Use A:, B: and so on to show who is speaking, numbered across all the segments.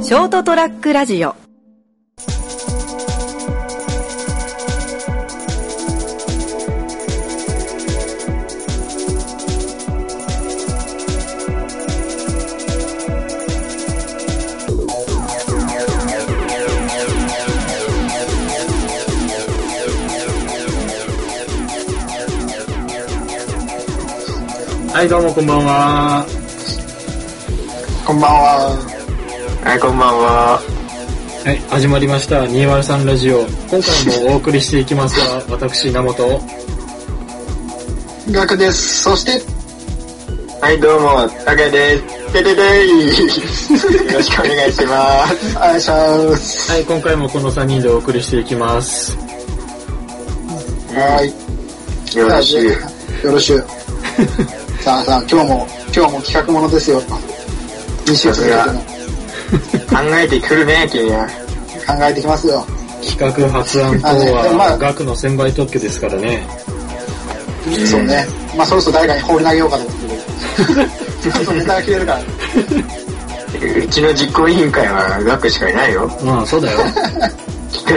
A: ショートトラックラジオ
B: はい、どうもこんばんは。
C: こんばんは。
D: はい、こんばんは。
B: はい、始まりました。203ラジオ。今回もお送りしていきますが、私、名本。
C: ガクです。そして、
D: はい、どうも、たけです。ててていよろしくお願いします。
C: あいしゃーす。
B: はい、今回もこの3人でお送りしていきます。
C: はーい。
D: よろしい。
C: よろしゅう。さあさあ、今日も、今日も企画ものですよ。2週続けての
D: 考えてくるね、君は。
C: 考えてきますよ。
B: 企画発案等
C: あねま
B: は、
C: あ
B: 額の1000倍特許ですからね。
C: そうね。まあそろそろ誰かに放り投げようかと思っ てる。ちょっとネタが切れるから。
D: うちの実行委員会は学しかいないよ。
B: まあ、そう だよ。
D: 企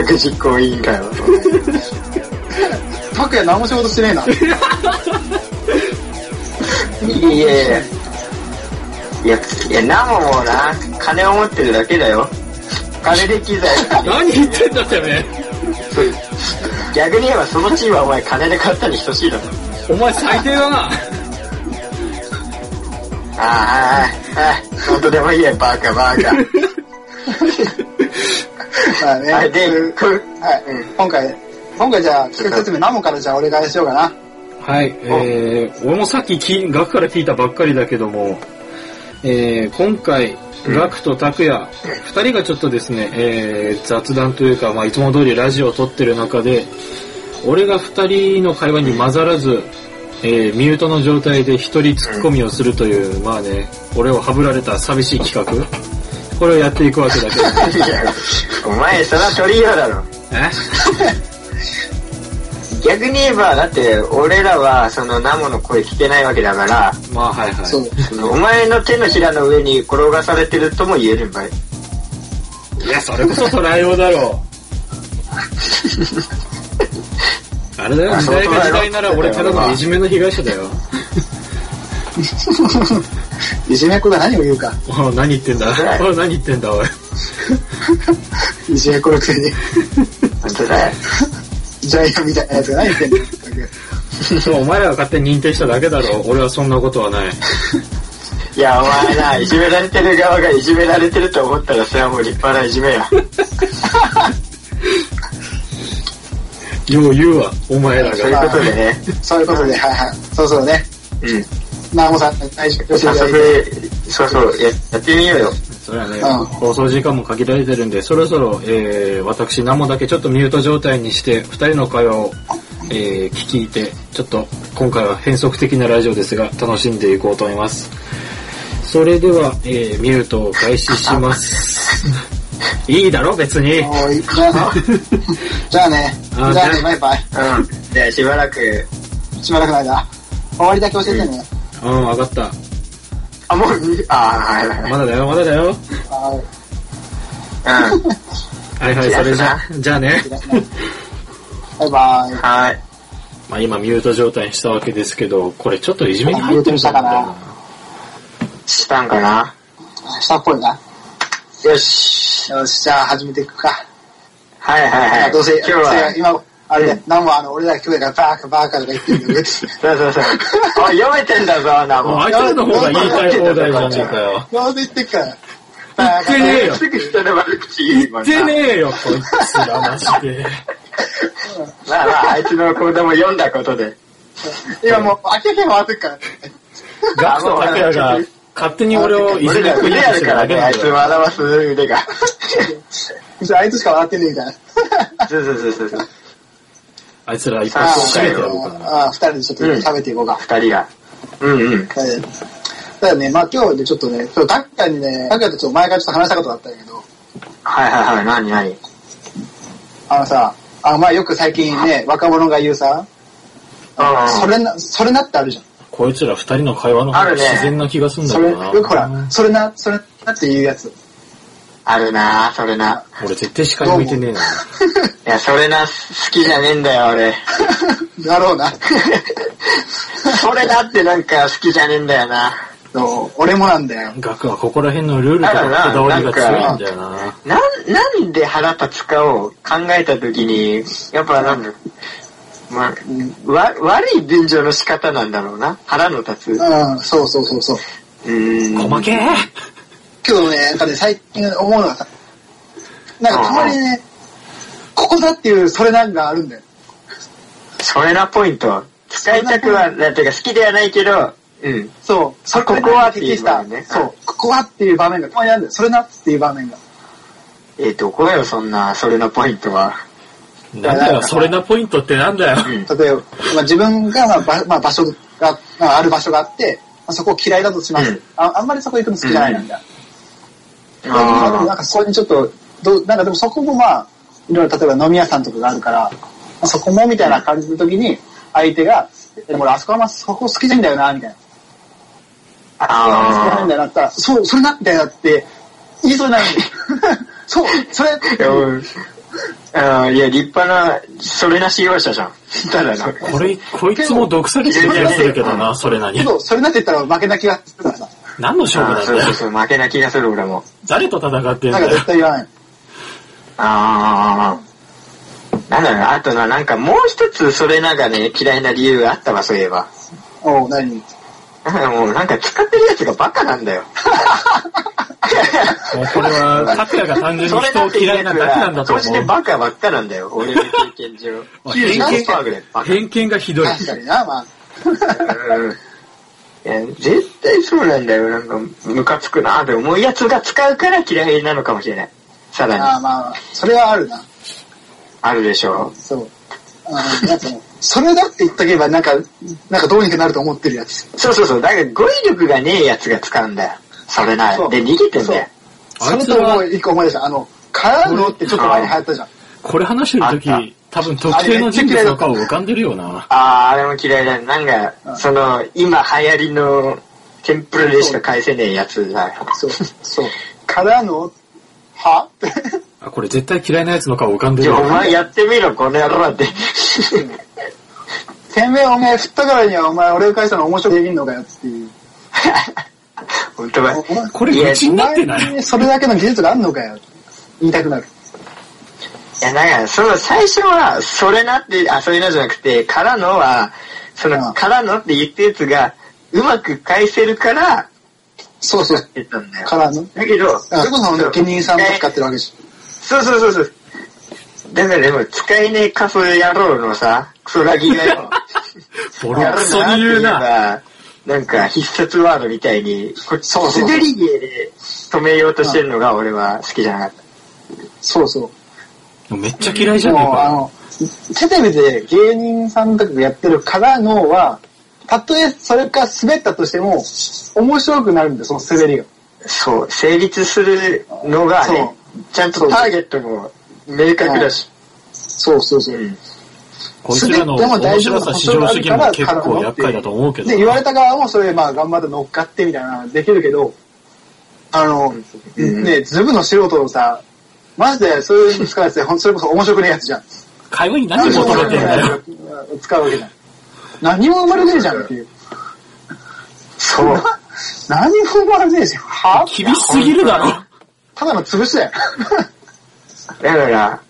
D: 画実行委員会は。
C: 拓也何も仕事してね えな。
D: いやいやいや。いや、ナモもな、金を持ってるだけだよ。金で機 材。
B: 何言ってんだてめえ。
D: 逆に言えばそのチームはお前金で買ったに等しいだろ。
B: お前最低だな。
D: ああ、ああ、本当でもいいや、バカバ カ。
C: まあね。
D: はい、で、く、
C: はい。今回、今回じゃあ企画説明何もからじゃあお願いしようかな。
B: はい、えー、俺もさっき聞い額から聞いたばっかりだけども、えー、今回、額と拓也、二人がちょっとですね、えー、雑談というか、まあ、いつも通りラジオを撮ってる中で、俺が二人の会話に混ざらず、えー、ミュートの状態で一人突っ込みをするという、まあね、俺をはぶられた寂しい企画、これをやっていくわけだ けど、
D: いやお前、それは鳥よだろ。
B: え
D: 逆に言えば、だって、俺らは、その、ナモの声聞けないわけだ から、
B: まあはいはい。
C: そう。
D: そのお前の手のひらの上に転がされてるとも言えるんばい。
B: いや、それこそトライオだ ろう。あれだよ、
D: あ
B: 時
D: そう
B: 代が時代なら俺ただのいじめの被害者だよ。
C: いじめっ子が何を言うか。
B: おう何言ってんだ
D: 辛い
B: おう何言ってんだおい。
C: いじめっ子のくせに、
D: 本当だよ。
C: ジャイアンみたいなやつが何言ってんの
B: そう、 お前らが勝手に認定しただけだろう。俺はそんなことはない。
D: いや、お前な、いじめられてる側がいじめられてると思ったら、それはもう立派ないじめや。
B: よう言うわ、お前ら
D: そうい
B: が。
D: うことでね。
C: そういうことで、はいはい。そうそうね。
D: うん。
C: なおさん、大丈夫。
D: 早速、そうそう、ややってみようよ。
B: それはね、
C: うん
B: 放送時間も限られてるんで、そろそろ、えー、私、ナモだけちょっとミュート状態にして、二人の会話を、えー、聞いて、ちょっと今回は変則的なラジオですが、楽しんでいこうと思います。それでは、えー、ミュートを開始し ます。いいだろ、別に。
C: おーいじゃあね。じゃあね。じ
B: あ
C: ゃあ
B: じゃあ
C: ね、バイバイ。
D: うん。じゃあ、しばらく。
C: しばらくの間。終わりだけ教えてね。
B: うん、わかった。
D: あ、もう、あー、はいはい
B: まだだよ、まだだよ。
C: は
D: はい。うん。
B: はいはい、それじゃ、じゃあね
C: い。。バイバイ。
D: はい。
B: まあ今、ミュート状態にしたわけですけど、これちょっといじめに入ってるじゃないかな。
D: したんかな
C: 下っぽいな。
D: よし。
C: よし、じゃあ始めていくか。
D: はいはいはい。
C: どうせ、
D: 今日は、
C: 今、あれね、何もあの、俺ら兄弟がバーカバーカとか言 ってるんだけ
D: そうそうそう。 あ、読めてんだぞ、な
B: もう
D: も。
B: 相手の方が言いたい放題じゃねえかよ。
C: ど。なんで言ってっから。バー
B: 言ってねえ よ
D: すぐ人の悪口言うもんな
B: 出ねえよ、こいつらマジで。
D: まあまあ、あいつの行動も読んだことで。
C: 今もう、明らかに回ってっから。
B: ガクとタクヤが勝手に俺をいじ
D: 俺
B: め
D: ら
B: っこい
D: 腕
B: い
D: あ
B: と
D: る
B: して
D: か
B: る
D: ら
B: だけ
D: ね、
B: な
D: あ
B: ん
D: いつ
B: だよ。
D: を表す腕 が。
C: じゃあ、あいつしか笑ってねえみたいな。
D: そうそうそうそう。
B: あいつら一発締めてやろうかな。
C: ああ、二人でちょっと食べていこうか。
D: 二人が。うんうん。
C: はい。ただね、まあ今日でちょっとね、今日タッカーにね、タッカーとちょっと前からちょっと話したことがあったんだけど、
D: はいはいはい、なになに。
C: あのさ、あまあよく最近ね、若者が言うさ、
D: うんうん
C: それな、それなってあるじゃ
B: こいつら二人の会話の方が自然な気がすん
C: ん。
B: だ
C: そ
B: け
C: れ、
B: ど
C: よくほ
B: な。
C: ら、それな、それなっていうやつ。
D: あるなぁ、それな。
B: 俺絶対司会向いてねえな。
D: いや、それな、好きじゃねえんだよ、俺。
C: だろうな。
D: それだってなんか好きじゃねえんだよな。
C: そう俺もなんだよ。
B: 額はここら辺のルールとかこだわりが強いんだよな。
D: なん、なんで腹パツかを考えたときに、やっぱなんだ、まあ、わ、悪い便乗の仕方なんだろうな。腹の立つ。う
C: うん、そうそうそうそう。
D: ーん。
B: 細けえ
C: けどね、なんかね、最近思うのはさ、なんかたまにね、ここだっていうそれなんがあるんだよ。
D: それなポイント。使いたくは、なんていうか好きではないけど、うん。
C: そう、それ
D: ここはっていう
C: 適した
D: 場面ね
C: そう、ここはっていう場面がたまにあるんだよ。それなっていう場面が。
D: えー、どこよ、そんな、それのポイントは。
B: なんだよ、それなポイントってなんだよ。
D: うん。
C: 例えば、まあ、自分が、まあばまあ、場所が、まあ、ある場所があって、まあ、そこを嫌いだとします、
D: うん
C: あ。あんまりそこ行くの好きじゃないなんだ。まあでもなん
D: あ
C: かそこにちょっと、どうなんかでもそこもまあ、いろいろ例えば飲み屋さんとかがあるから、まあ、そこもみたいな感じの時に、相手が、でも俺あそこはまそこ好きじゃないんだよな、みたいな。
D: あ。
C: 好きじゃないんだ
D: あ
C: よなったら、そう、それな、みたいなって、言いそうになる。そう、それ、
D: あ。いや、うんあーいや、立派な、それな使用者じゃん。ただの。
B: これ、こいつも毒されてる気がするけどな、それなに
C: け。ど、それなって言ったら負けな気がするからさ。
B: 何の勝負
D: あ
B: な
D: ー
B: ん
D: そう
B: だ
D: そ
B: よ
D: う。そう、負けな気がする、俺も。
B: 誰と戦ってん
C: な
B: だ
C: ん
B: よ
C: か絶。対言わない。
D: ああ。なんだろうな、あとな、なんかもう一つそれなんかね、嫌いな理由があったわ、そういえば。
C: おう、何
D: なんか もう、なんか使ってるやつがバカなんだよ。
B: もうこれは、拓也が単純に人を嫌いなだけなんだと思
D: それだってやつが総じて
B: う。
D: バカばっかなんだよ、俺の経 験上。
B: 偏見
D: 98%ぐらいバカ。
B: 偏見がひどい。
C: 確かにな、まあ。
D: いや絶対そうなんだよ。なんか、ムカつくなって思うやつが使うから嫌いなのかもしれない。さら
C: あ
D: に。
C: あまあ、それはあるな。
D: あるでしょ
C: そう。あのなんかもうそれだって言っとけば、なんか、なんかどうにかなると思ってるやつ。
D: そうそうそう。だから語彙力がねえやつが使うんだよ。それな
C: そ
D: いうで、逃げてんだよ。
B: あ
C: そ
B: い
C: れ
B: つ
C: と
B: は
C: もう一個思い出した。あの、からのってちょっと前に流行ったじゃん。
B: これ話してる時
D: あった
B: 多分特定の人物の顔浮かんでるよな。
D: ああ、あれも嫌いだ。なんか、その、今流行りのテンプレでしか返せねえやつだよ。
C: そう。そう。からのは って。
B: あ、これ絶対嫌いなやつの顔浮かんで
D: じ
B: る
D: ゃ
B: よ
D: あお
B: な。
D: 前やってみろ、この野郎って。
C: てめえおめえ振ったからにはお前俺を返したの面白くできんのかよっていう。
D: 本当は。
C: お前
B: これ愚痴になって
C: お
B: ない
C: 前にそれだけの技術があんのかよ。言いたくなる。
D: いや、なんか、その最初は、それなって、あ、そういうのじゃなくて、からのは、そ
C: うん
D: の、からのって言ったやつが、うまく返せるから、
C: そうそう。
D: 言ったんだよ。
C: からの。
D: だけど、
C: あ、それこそ
D: そう
C: お気に入りさんと使ってるわけじ
D: そうそうそうそう。だからでも、使えねえか、そういう野郎のさ、クソガキがよ、
B: ボロクソに言うな。
D: ば、なんか、必殺ワードみたいに、こ
C: そうそうそう
D: 滑り芸で止めようとしてるのが、俺は好きじゃなかった。
C: ゃん。そうそう。
B: めっちゃ嫌いじゃねえ
C: もう、あ
B: か。
C: の、テレビで芸人さんとかがやってるからのは、たとえそれか滑ったとしても、面白くなるんだよ、その滑りが。
D: そう、成立するのがね、ちゃんとターゲットも明確だし。
C: そうそうそう。
D: うん
B: こいつらの
C: 滑っても
B: 面
C: 大丈
B: 白
C: 夫
B: さ、
C: な
B: 市場主義も結構厄介だと思うけど
C: で、言わ
B: な。
C: れた側もそれ、まあ、頑張って乗っかってみたいな、できるけど、あの、
D: うん
C: ね、ズブの素人のさ、マジでそういうの使うやつで、ほんそれこそ面白くねえやつじゃん。
B: 会話に何求めてんだよ。
C: うん使うわけじゃん。何も生まれねえじゃんっていう。
D: そう。
C: 何も生まれねえじゃん。は
B: 厳しすぎるだろ。
C: ただの潰しだよ。
D: だから、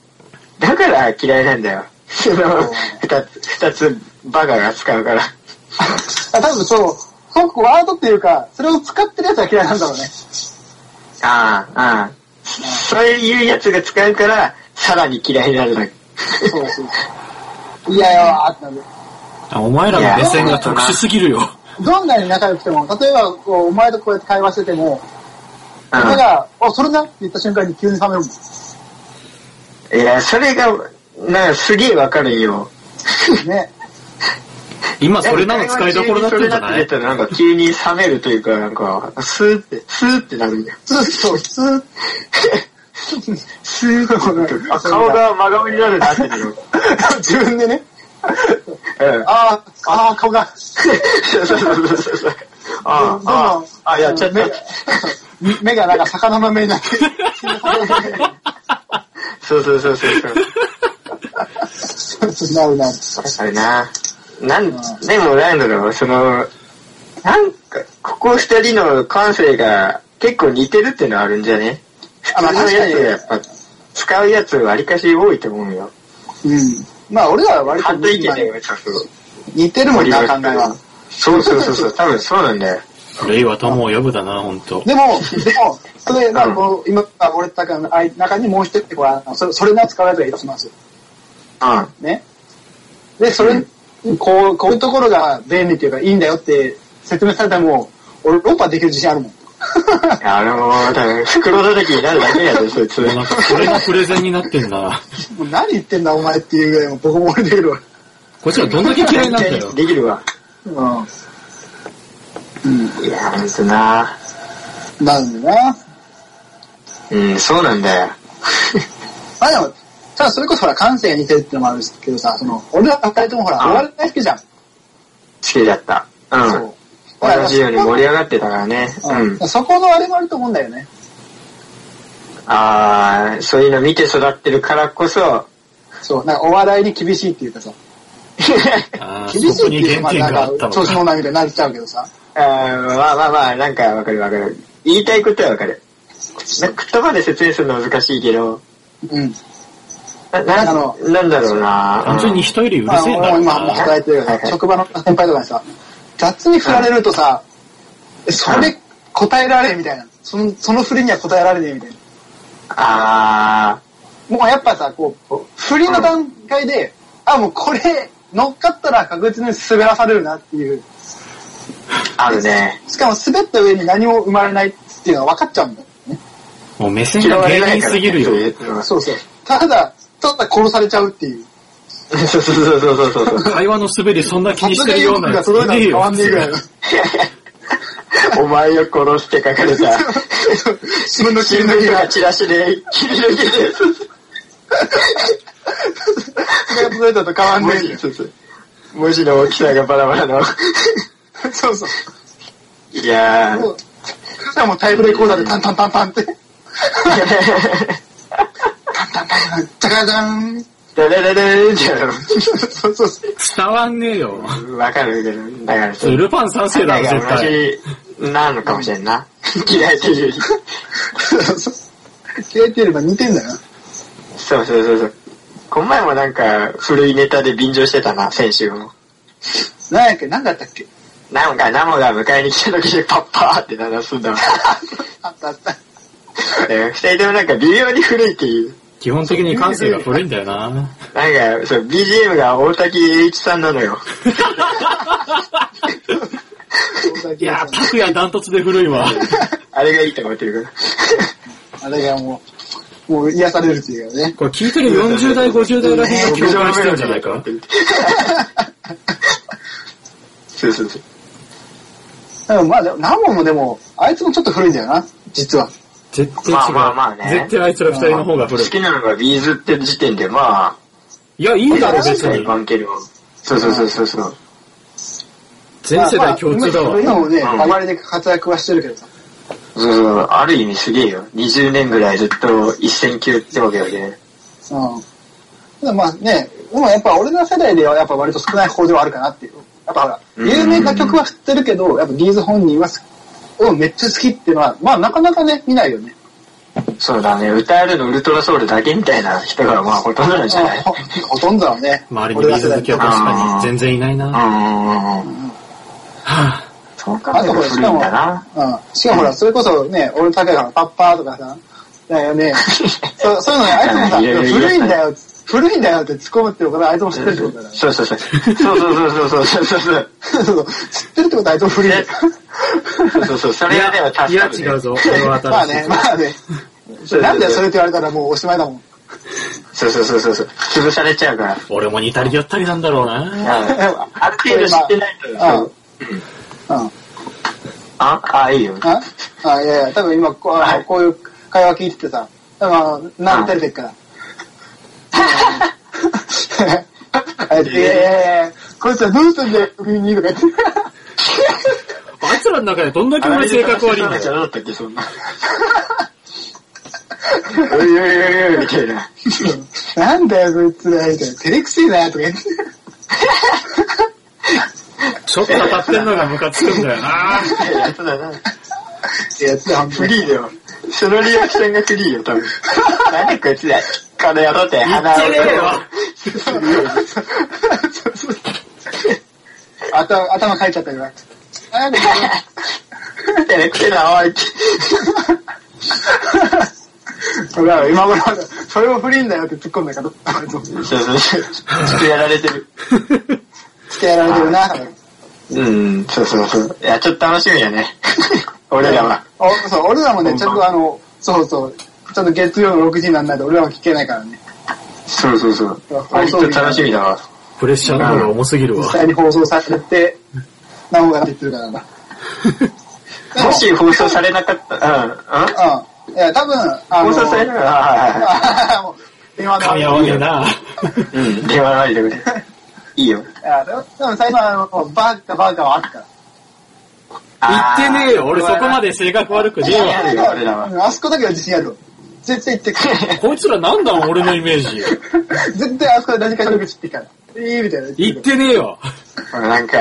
D: だから嫌いなんだよ。その
C: うん、
D: 二つ、二つバカが使うから。
C: あ多分そう、すごくワードっていうか、それを使ってるやつは嫌いなんだろうね。
D: ああ、ああ。そういうやつが使うから、さらに嫌いになるだけ。
C: そうそうそう。いやよーってなる。
B: あお前らの目線が特殊すぎるよ。
C: どんなに仲良くても、例えばこう、お前とこうやって会話してても、
D: う
C: 俺が、あ、それなって言った瞬間に急に冷めるもん。
D: ん。いや、それが、なんかすげえわかるよ。
C: ね。
B: 今それなの使いどころだったんじゃない
D: それなって出たらなんか急に冷めるというか、なんか、スーって、スーってなるんだよ。
C: ずっと、ずっと。
D: スーって。あ、顔が真顔になるなってなる。
C: 自分でね。
D: うん。
C: あーあー、顔が。
D: そうそうそうそう。あ
C: どん
D: あ、
C: どん
D: あ、やっちゃった
C: 目。が目 がなんか魚の目にな ってる。
D: そうそうそうそうそう。
C: なるなる。
D: あれな。なん、でもなんだろう、その、なんか、ここ二人の感性が結構似てるってのはあるんじゃね
C: あまあ
D: 普通のやつ
C: 確かに
D: やっぱ、使うやつわりかし多いと思うよ。
C: うん。まあ俺らは割と
D: 反対意
C: 似
D: 見だよ、そうそう。
C: てるもんな、考えは。
D: そうそうそうそう、多分そうなんだよ。
B: 令和友を呼ぶだな、本当。
C: でも、でも、それ、まあ、こう、今、俺たちの中にもう一人、こうあの、それ、それの使うやつがいたとします。
D: うん。
C: ね。で、それ、こう、こういうところが便利っていうか、いいんだよって説明されたらもう、俺、論破できる自信あるもん。
D: あのー、多分袋叩きになるだ けやで、そいつ。
B: もうなんか、これがプレゼンになってんな。
C: もう何言ってんだ、お前っていうぐらい、もうボコボコにできるわ。
B: こっちはどんだけ嫌いなんだよ。
D: できるわ。
C: うん。う
D: いやー、ほんとな。
C: ん。なんでな。
D: うん、そうなんだよ。
C: まあでも、ただそれこそほら、感性が似てるってのもあるんですけどさ、その、俺ら二人ともほら、
D: あ
C: お笑い大好きじゃん。
D: 好きだった。うん。
C: う。
D: 同じように盛り上がってたからね。う
C: うんん。。そこのあれもあると思うんだよね。
D: ああ、そういうの見て育ってるからこそ、
C: そう、なんかお笑いに厳しいっていうかさ、
B: あー
C: 厳し
B: そこ
C: い
B: に
C: っていう
B: 原
C: のは
B: 点があ
C: な
B: っ
C: ん
B: た
C: か、
B: の
C: 調子
B: か。
C: 者なみたいになっちゃうけどさ。
D: あーまあまあまあ、なんかわかるわかる。言いたいことはわかる。なんか言葉で説明するのは難しいけど、
C: うん。
D: な、な
C: あの
D: なんだろうな。
B: 単純に人よりうるせえんだ
C: あ
B: ろ
C: の
B: う
C: 今もう
B: な。
C: 働いてるから
D: はいは
C: さ、
D: い
C: 職場の先輩とかにさ、雑に振られるとさ、えそれ答えられんみたいな。その、その振りには答えられねえみたいな。
D: あ
C: もうやっぱさ、こう、振りの段階で、あ、もうこれ、乗っかったら確実に滑らされるなっていう。
D: あ、あるね。
C: しかも滑った上に何も生まれないっていうのは分かっちゃうんだよね。
B: もう目線
D: 嫌
B: が
D: われな
B: 芸
D: い
B: 人
D: から
B: すぎる
D: そうい
B: よ
D: う。のは
C: そうそう。ただ、ただ殺されちゃうっていう。
D: そうそうそうそうそうそう。
B: 会話の滑りそんな気にしてるようなや
C: が
B: つ
C: 届いた
B: いねえ
C: ら変わ
B: よ
C: んねえぐらいの。
D: お前を殺して書かれた。
C: 自分の
D: 新
C: 切り
D: 聞
C: 抜き
D: と
C: が
D: か、チラシで切り抜けてる。
C: が届いたと変わんね
D: 文字、そうそう文字の大きさがバラバラの。
C: え。そうそう。
D: いや
C: も
D: ー。
C: う、そしたらもうタイプレコーダーでタンタンタンタンって、タンタンタンタン、ジャカジャン。
D: だれれれんじゃ
C: そうそうそう。
B: 伝わんねえよ。
D: ろ。わかるけど、だから、
B: それルパン三世だろ、絶対。
D: 同じなのかもしれんな。嫌いというより。
C: そうそう。消えてれば似てんだよな。
D: そうそうそうそう。この前もなんか、古いネタで便乗してたな、先週も。
C: なんやっけ、なんだったっけ
D: なんか、ナモが迎えに来た時にパッパーって鳴らすん だわ。
C: あったあった。
D: えー二人ともなんか微妙に古いっていう。
B: 基本的に感性が古いんだよな。
D: なんか、そう、BGM が大滝栄一さんなの よ。
B: いやー、拓也ダントツで古いわ。
D: あれがいいと思ってるから。
C: あれがもう、もう癒されるっていうかね。
B: これ聞いてる40代、50代らへんが共感してるんじゃないか。
D: そうそうそう。
C: でもまあでも、ナモもでも、あいつもちょっと古いんだよな、実は。
B: 絶対違う。
D: まあまあまあね
B: 絶対あいつら二人の方が
D: 好
B: 古い。
D: きなのがビーズって時点で、まあ、
B: いや、いい
D: い
B: だろ、別に。
D: 関係るわ。そうそうそうそうそう。
B: 全世代共通だ
C: まあ
B: わ。
C: 今もね、
D: うん
C: あまりで活躍はしてるけどさ。
D: そうそう、ある意味すげえよ。20年ぐらいずっと一戦級ってわけよね。
C: うん。ただまあね、でもやっぱ俺ら世代ではやっぱ割と少ない方ではあるかなっていう。やっぱほら、
D: うん
C: 有名な曲は知ってるけど、やっぱギーズ本人はす、をめっちゃ好きっていうのは、まあなかなかね、見ないよね。
D: そうだね、歌えるのウルトラソウルだけみたいな人がまあほとんどなんじゃない
C: ほほとんどはね、
B: 周りにビーズ好きは確かに全然いないな。は
D: うんうんうんうん。
B: あ
D: そう考
C: あ
D: え
C: とほら、
D: ると
C: し
D: 古い
C: か
D: ん
C: も、
D: だな。
C: うん。しかもほら、それこそね、俺の高いからパッパーとかさ、だよ ね。そうそういうのね、あいつもさ、
D: いやいやいや
C: 古いんだよ、古いんだよって突っ込むってことはあいつも知ってるってことだ か
D: そうそうそう。そうそうそうそうそうそう。
C: ら。そうそう知ってるってことはあいつも古いん だよ。
D: そうそうそう、そ
B: い
D: れはでも
B: や、い
D: 確
B: や
D: かに。
B: 違うぞ。これは
C: ま
B: 新
C: あ
B: しい
C: ね、。まあね。なんだよ、それって言われたらもうおしまいだもん。
D: そうそうそうそうそう。潰されちゃうから。
B: 俺も似たり寄ったりなんだろうな。
D: あある程度知ってないと。
C: あ
D: そう
C: うん。
D: あ、あ、いいよ。
C: ああ、いやいや、多分今こう、あのこういう会話聞いててさ、多分あの、何照れてる から。あいつ、いやいやいや、こいつはどうしたんだよ、国にとか言って。
B: あい奴らの中でどんだけ俺性格悪いんだ
D: じゃ
B: よ。
D: なかったっけ、そんな。おいおいおいおい、みたいな。
C: なんだよ、そいつら、みたいな。照れくせえな、とか言って。
B: ちょっと当たってんのがムカつくんだよな。
D: やつだな。
C: やつは
D: フリーだよ。そのリアクションがフリーよ、多分。なんでこいつだ。この野郎って鼻を。
B: 言ってねえよ
C: 頭、頭かいちゃったから。なんで
D: 照れくせえな、おい。
C: それは今頃、それも不倫だよって突っ込んだけど、
D: そうそうそう。ちょっとやられてる。
C: つけられてるな、
D: うん、そうそうそう。いや、ちょっと楽しみやね。 俺らは。
C: おそう、俺らもね、
D: 本番
C: ちょっとあの、そうそう、ちょっと月曜の6時になんないと俺らも聞けないからね。
D: そうそうそう。割と楽しみだわ。
B: プレッシャーの方が重すぎる
C: 実
B: わ。
C: 際に放送されて、なおが出てるからな。で
D: もし放送されなかった、うん、うん
C: うん。いや、多分、あ
D: 放送されなかった、あはいはいは
C: あもう 今の
B: 噛み合わねえな。
D: い。うん、電話ないでくれ。いいよ。
C: いやでもでも最初はあの、バーカバーカはあったから。
B: 言ってね えよ。俺そこま
D: で。
B: で性格悪くねえ
D: いや
B: わ。
D: るよ俺らは
C: うんあそこだけは自信あると。絶対言ってく る。
B: こいつらなんだ俺のイメージ。
C: 絶対あそこで何かしら口ってから。いいみたいな。
B: 言ってねえよ。
D: なんか、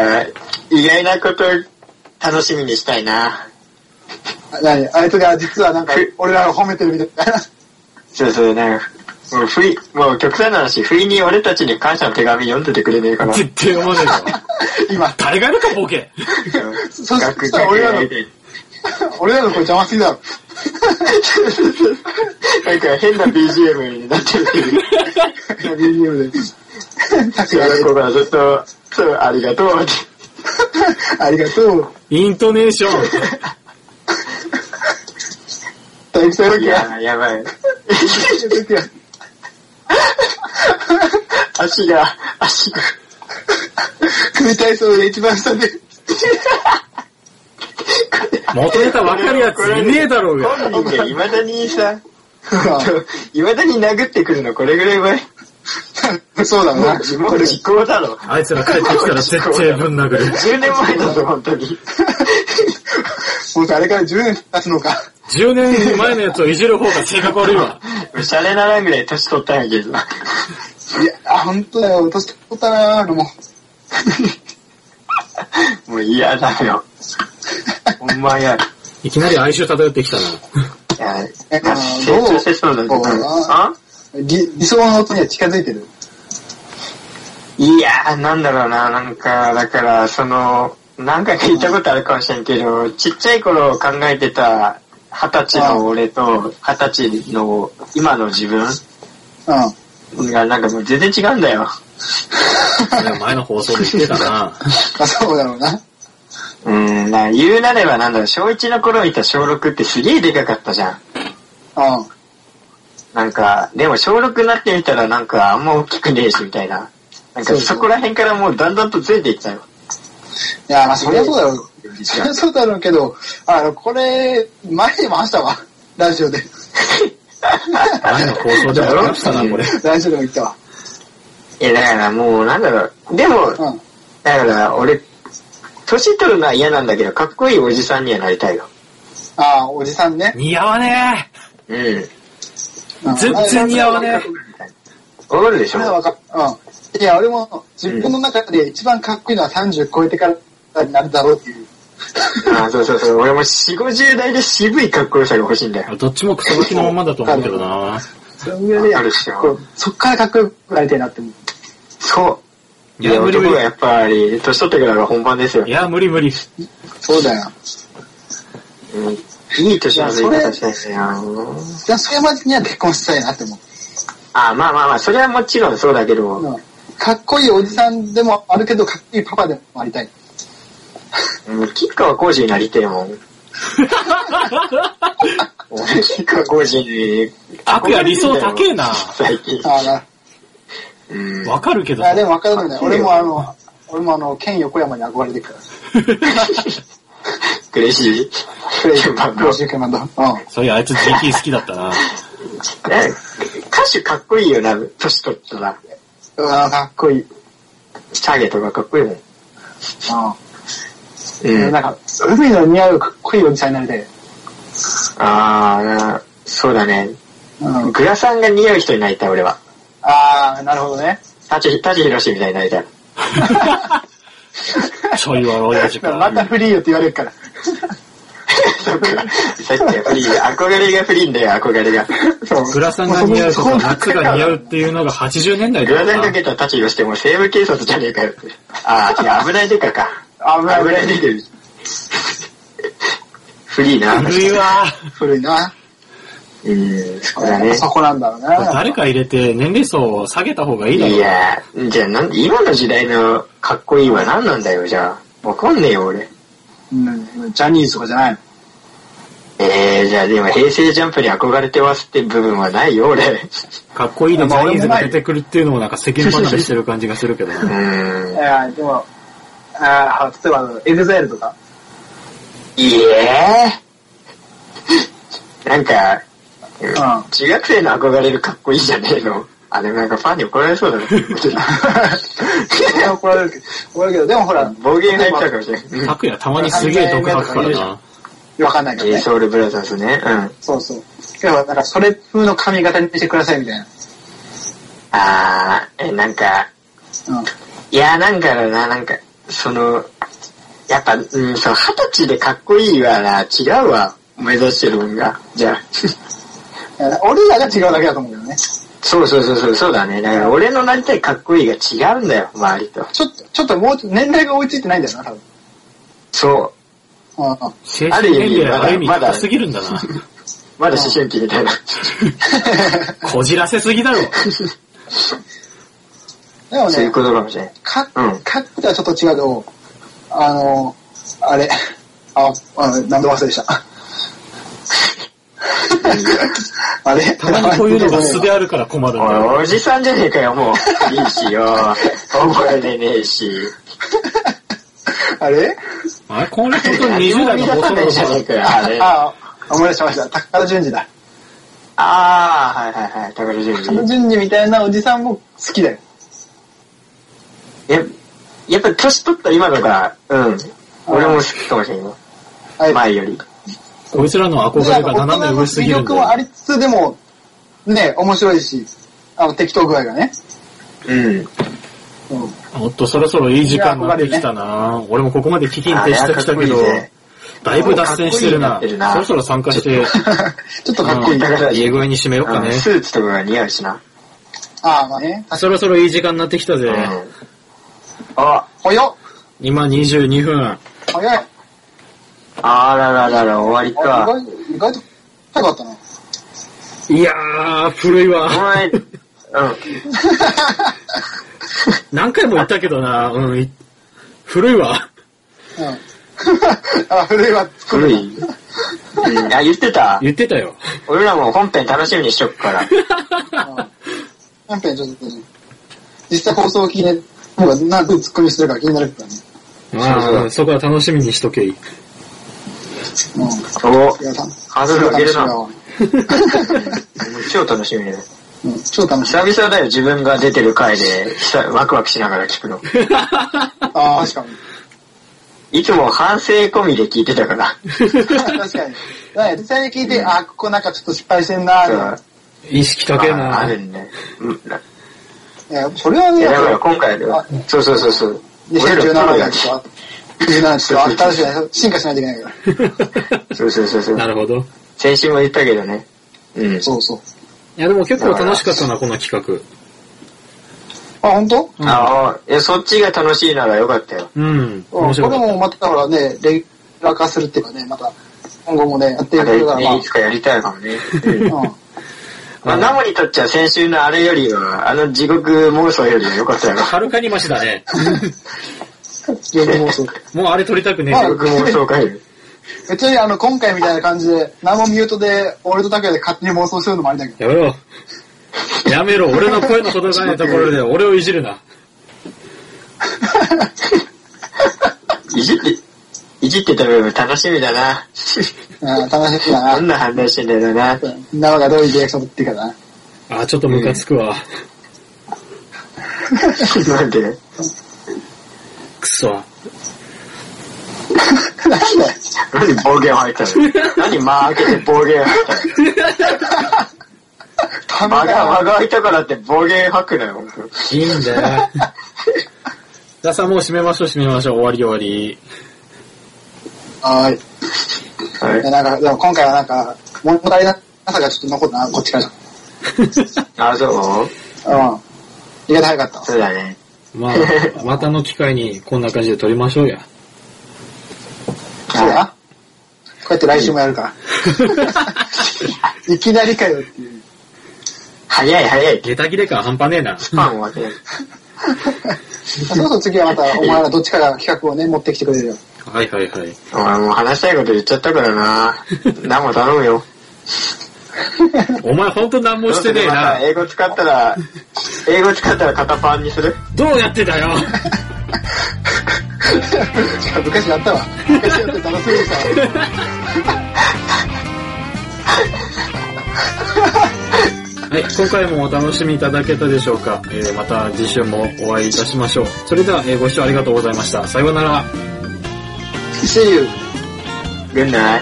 D: 意外なこと楽しみにしたいな。
C: あ何あいつが実はなんか、俺らを褒めてるみたいな。
D: そうそう、なんか、もう不意、もう極端な話、不意に俺たちに感謝の手紙読んでてくれねえかな。
B: 絶対思わねえわ。
C: 今、
B: 誰がやるかボケ。
C: そしたら俺らの俺らの子邪魔すぎだろ。
D: なんか変な BGM になってるけど。
C: BGM で。たくや
D: あの
C: れ
D: 子がずっと、そう、ありがとうって。
C: ありがとう。
B: イントネーショ ン。
C: 体育祭の
D: い
C: 時は。
D: ややばい。
C: 体育祭の時は
D: 足が、足が、
C: 組体操で一番下で。
B: 元ネタわかるやついねえだろうが。
D: 本人が未だにさ、
C: そ
D: 未だに殴ってくるのこれぐらい前。
C: うそうだな。
D: もう時効だろ。
B: あいつら帰ってきたら絶対ぶん殴る。
D: 10年前だぞ、本当に。
C: もうあれから10年経つのか。
B: 10年前のやつをいじる方が性格悪いわ。
D: おしゃれならんぐらい年取ったんやけど。
C: いや、あ本当だよ。年取ったなーのも。
D: もう嫌だよ。ほ んま嫌。い
B: いきなり哀愁漂ってきたな。
D: や、
C: え
D: 成長してそうだね。
C: どう
D: あ
C: 理理想の音には近づいてる。
D: いやー、なんだろうな、なんか、だから、その、何回か聞いたことあるかもしれんけど、ちっちゃい頃考えてた、二十歳の俺と、二十歳の今の自分
C: うん。
D: が、なんかもう全然違うんだよ。
B: いや前の放送で言ってた な。
C: あ、 そうだろうな。
D: うん、な言うなればなんだろう、小1の頃いた小6ってすげえでかかったじゃん。
C: うん。
D: なんか、でも小6になってみたらなんかあんま大きくねえしみたいな。なん
C: そ
D: か
C: うそう
D: そこら辺からもうだんだんとずれていったよ。
C: いや、まあ、そりゃそうだろう。そりゃそうだろうけど、あの、これ、前にも話したわ。ラジオで。
B: 前の放送でも話したな、これ。
C: ラジオでも言ったわ。
D: いや、だからもうなんだろう、でも、
C: うん。
D: だから俺、年取るのは嫌なんだけど、かっこいいおじさんにはなりたいよ。
C: ああ、おじさんね。
B: 似合わね
D: うん。
C: うん
B: 全然似合わね
D: わかるでし
C: それは
D: ょ
C: わかうん。いや、俺も、自分の中で一番かっこいいのは30超えてからになるだろうっていう。
D: あそうそうそう。俺も4、50代で渋いかっこよさが欲しいんだよ。
B: え。どっちもクソガキのまんまだと思うけどな。
C: それぐらいで
D: わかるっしょ
C: こうそっからかっこよくなりたいなって思う。
D: そう。
B: いや
D: いや、
B: 無理無理
D: 男がやっぱり、年取ってからが本番ですよ
B: い。や、無理無 理。
C: そうだよ。
D: うんいい年の取り方したいですよ。
C: いや、それまでには結婚したいなって思う。
D: あ、まあまあまあ、それはもちろんそうだけど、うん、
C: うんかっこいいおじさんでもあるけど、かっこいいパパでもありたい。
D: 吉川浩司になりてえもん。俺、吉川浩司に、
B: 悪や理想高えな。
D: 最近。
C: ああな、
D: うん。
B: わかるけど
C: いや、でも分からないね。
D: かっこいい
C: 俺
D: よ
C: もあの、俺もあの、県横山に憧れてるから。
D: 嬉しい。
C: プレイ
D: バンド
C: 59バンド。うん。
B: そういや、あいつ GT 好きだったな。
D: え歌手かっこいいよな、年取ったら。
C: うわかっこいい。うん。
D: チャゲとかかっこいいもん。うん。
C: なん
D: あ
C: か、海の似合うかっこいいおじさんになりたい。
D: あなそうだね。
C: うん。
D: グラさんが似合う人になりたい、俺は。
C: あー、なるほ どね。
D: 舘ひ、舘ひろしみたいになりたい。
B: ちょいは親父か。
C: またフリーよって言われるから。
D: そっ か。さっきはフリー、憧れがフリーんだよ、憧れが。
C: そう
B: グラサンが似合うと
C: そ
B: か、
C: こ
B: 夏が似合うっていうのが80年代
D: グ
B: だ
D: ラ
B: よ
D: サン
B: な
D: か。けた舘ひろしってもう西部警察じゃねえかよ。ああ、違う、危ないデカか。
C: 危ない
D: 危ないデカです。フリーな。
B: 古いわ。
C: 古いな。
D: うん、そこだね。
C: そこなんだろうね。
B: 誰か入れて年齢層を下げた方がいいだろ。
D: いうやーじゃあなん、今の時代のかっこいいは何なんだよ、じゃあ。わかんねえよ、俺。
C: うん。ジャニーズとかじゃないの。
D: えー、じゃあでも平成ジャンプに憧れてますって部分はないよ、俺。う
B: かっこいいのジャニーズが出てくるっていうのもなんか世間話してる感じがする けどな。
D: ーん。
C: いや、でも、あー例えば、エグザイルとか。
D: いいえなんか、
C: ん
D: 中学生の憧れるかっこいいじゃねえの。あ、でもなんかファンに怒られそうだな。
C: 怒られるけど、怒られるけど、でもほら、
D: 暴言入っちゃうかもしれない。うん
B: 拓也たまにすげえ毒吐くからな。
C: わかんないけど
D: J
C: ね。
D: ソウルブラザーズね。うん。
C: そうそう。今日は、なんか、それ風の髪型にしてくださいみたいな。
D: あー、え、なんか、
C: うん。
D: いや、なんかだな、なんか、その、やっぱ、うん、その、二十歳でかっこいいわな、違うわ、目指してるもんが。じゃあ、
C: いや俺らが違うだけだと思うけどね。
D: そうそうそうそう、そうだね。だから、俺のなりたいかっこいいが違うんだよ、周りと。
C: ちょっと、ちょっともう、年代が追いついてないんだよな、多分。
D: そ
C: うん。
B: 精神年齢ある意味高すぎるんだな。
D: う。まだ思春期みたいな。
B: こじらせすぎだろ。
C: でも
D: そういう
C: ね、
D: ことかもしれない。
C: か
D: うん、
C: かってはちょっと違うけど、あの、あれ、あ、あなんで忘れした。 あれ
B: たまにこういうのが素 であるから困るんだよ。
D: おいおじさんじゃねえかよ、もう。いいしよ。 覚えれねえし。
C: あれ
B: あれこれ本当に20代の 放送な
D: な
B: の
D: いじゃ
B: か
D: ね
B: な
D: えかよ、あれ。あ
C: あ、思い出しました。高田純次だ。
D: あー、はいはいはい、高田純
C: 高田
D: 次。
C: 純次みたいなおじさんも好きだよ。
D: ややっぱ、年取った今のが、うん。俺も好きかもしれない。
C: あれ
D: 前より。
B: こいつらの憧れが斜め上すぎるん
C: 大人
B: だ
C: の魅力もあ
B: よ。
C: りつつでも、ね、面白いし、あの、適当具合がね。
D: うん。
C: うん。
B: おっと、そろそろいい時間になってきたな。俺もここまで危機に徹してきたけど、だいぶ脱線してるな。そろそろ参加して、
C: ちょっとかっこいい。
D: うん
B: うんいい具合に締めようかね。
D: スーツとかが似合うしな。
C: ああ、まあね。
B: そろそろいい時間になってきた
D: う
B: ぜ。
D: ん。あ、
C: ほよ
B: 今22分。
C: 早い。
D: あらららら、終わり
C: あ
D: か。
C: 意外意外と早かった な。
B: いやー、古い
D: お
B: わ。
D: 前、うん。
B: 何回も言ったけどな、うん、い古いわ。
C: うん。 あ、古いわ。
D: 古い。うん、あ、言ってた。
B: 言ってたよ。
D: 俺らも本編楽しみにしとくから。
C: 本編ちょっと、実際放送を聞いて、もうなんてツッコミするか気になるからね。
B: まあ、そこは楽しみにしとけ。
C: うん。
D: お
C: いや、た
D: ハードル上げるな
C: 超楽し
D: 超楽しみ
C: み
D: だよ。
C: だわうん、超楽しみ。
D: 久々だよ、自分が出てる回で、久ワクワクしながら聞くの。
C: ああ、確かに。
D: いつも反省込みで聞いてたから。
C: 確かに。だから実際に聞いて、あ、ここなんかちょっと失敗してんなーって
B: 意識高え
D: ああ
B: な。
D: るね。うん
C: いや、それはいね、
D: や、だ
C: や
D: から
C: っぱ
D: 今回では。そうそうそうそう。
C: り、
D: 俺らプロ
C: 2017
D: だ
C: 年とか、17年とか、新しいね、進化しないといけないか
D: そうそうそうそう
B: な。るほど。
D: 先週も言ったけどね。うん
C: ら。。そうそう。
B: いや、でも結構楽しかったな、この企
C: あ、本当？
B: うん
D: ああ、いや、そっちが楽しいならよかったよ。
B: 画。うん、
C: うん
B: 面
C: こ
B: 白
C: れ
B: かっ
C: もまたほらね、レギュラー化するっていうかね、また、今後もね、やってい
D: ま
C: く
D: た
C: るから、まあ、
D: ねいつかやりたいかも ね。
C: うん。
D: まあ、ナモにとっちゃ先週のあれよりは、あの地獄妄想よりはよかったよ
B: た。。はるかにマシだね。
C: よくもそう。
B: もうあれ撮りたくねえ
D: 地
B: よ。
D: 獄妄想会。
C: 別にあの、今回みたいな感じで、何もミュートで、俺と拓也で勝手に妄想するのもありだけど。
B: やめろ。やめろ、俺の声の届かないところで俺をいじるな。
D: いじって、いじってた部分楽しみだな。
C: うん、楽しみだ
D: ど
C: な。
D: んな判断してんだろうな。
C: みんながどういうリアクション取っていいかな。
B: あ、ちょっとムカつくわ。
D: なんで。
B: くそ。
C: なんだよ。
D: 何暴言吐いたの何間開けて暴言吐いたの
C: た
D: 間
C: めだよ
D: が、間が開いたからって暴言吐くなよ、本
B: いいんだよ。じゃあさ、もう閉めましょう、閉めましょう。終わり終わり。
C: はーい。
D: 当。はい
C: いやなんか、でも今回はなんか、物足りなさがちょっと残ったな、こっちから。
D: あ、そう
C: うん。意外と早かった。
D: そうだね。
B: まあ、またの機会にこんな感じで撮りましょうや。
C: そうだな。こうやって来週もやる から。いきなりかよっていう。
D: 早い早い。
B: 下駄切れ感半端ねえな。
D: スパンはね、
C: それこそ次はまた、お前らどっちかが企画をね、持ってきてく れるよ。
B: はいはいはい。
D: お前もう話したいこと言っちゃったからな。何も頼むよ。
B: お前ほんと何もしてねえ
D: どうするま
B: な
D: た。英語使ったら、英語使ったら肩パンにする
B: どうやって だよ
C: 昔やったわ。昔やって楽しいさ。
B: はい、今回もお楽しみいただけたでしょうか。えーまた次週もお会いいたしましょう。それでは、えーご視聴ありがとうございました。さようなら。
C: See you.
D: ぐんない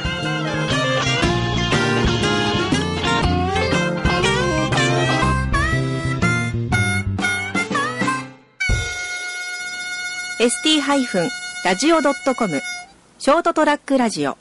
A: ー ST-radio.com ショートトラックラジオ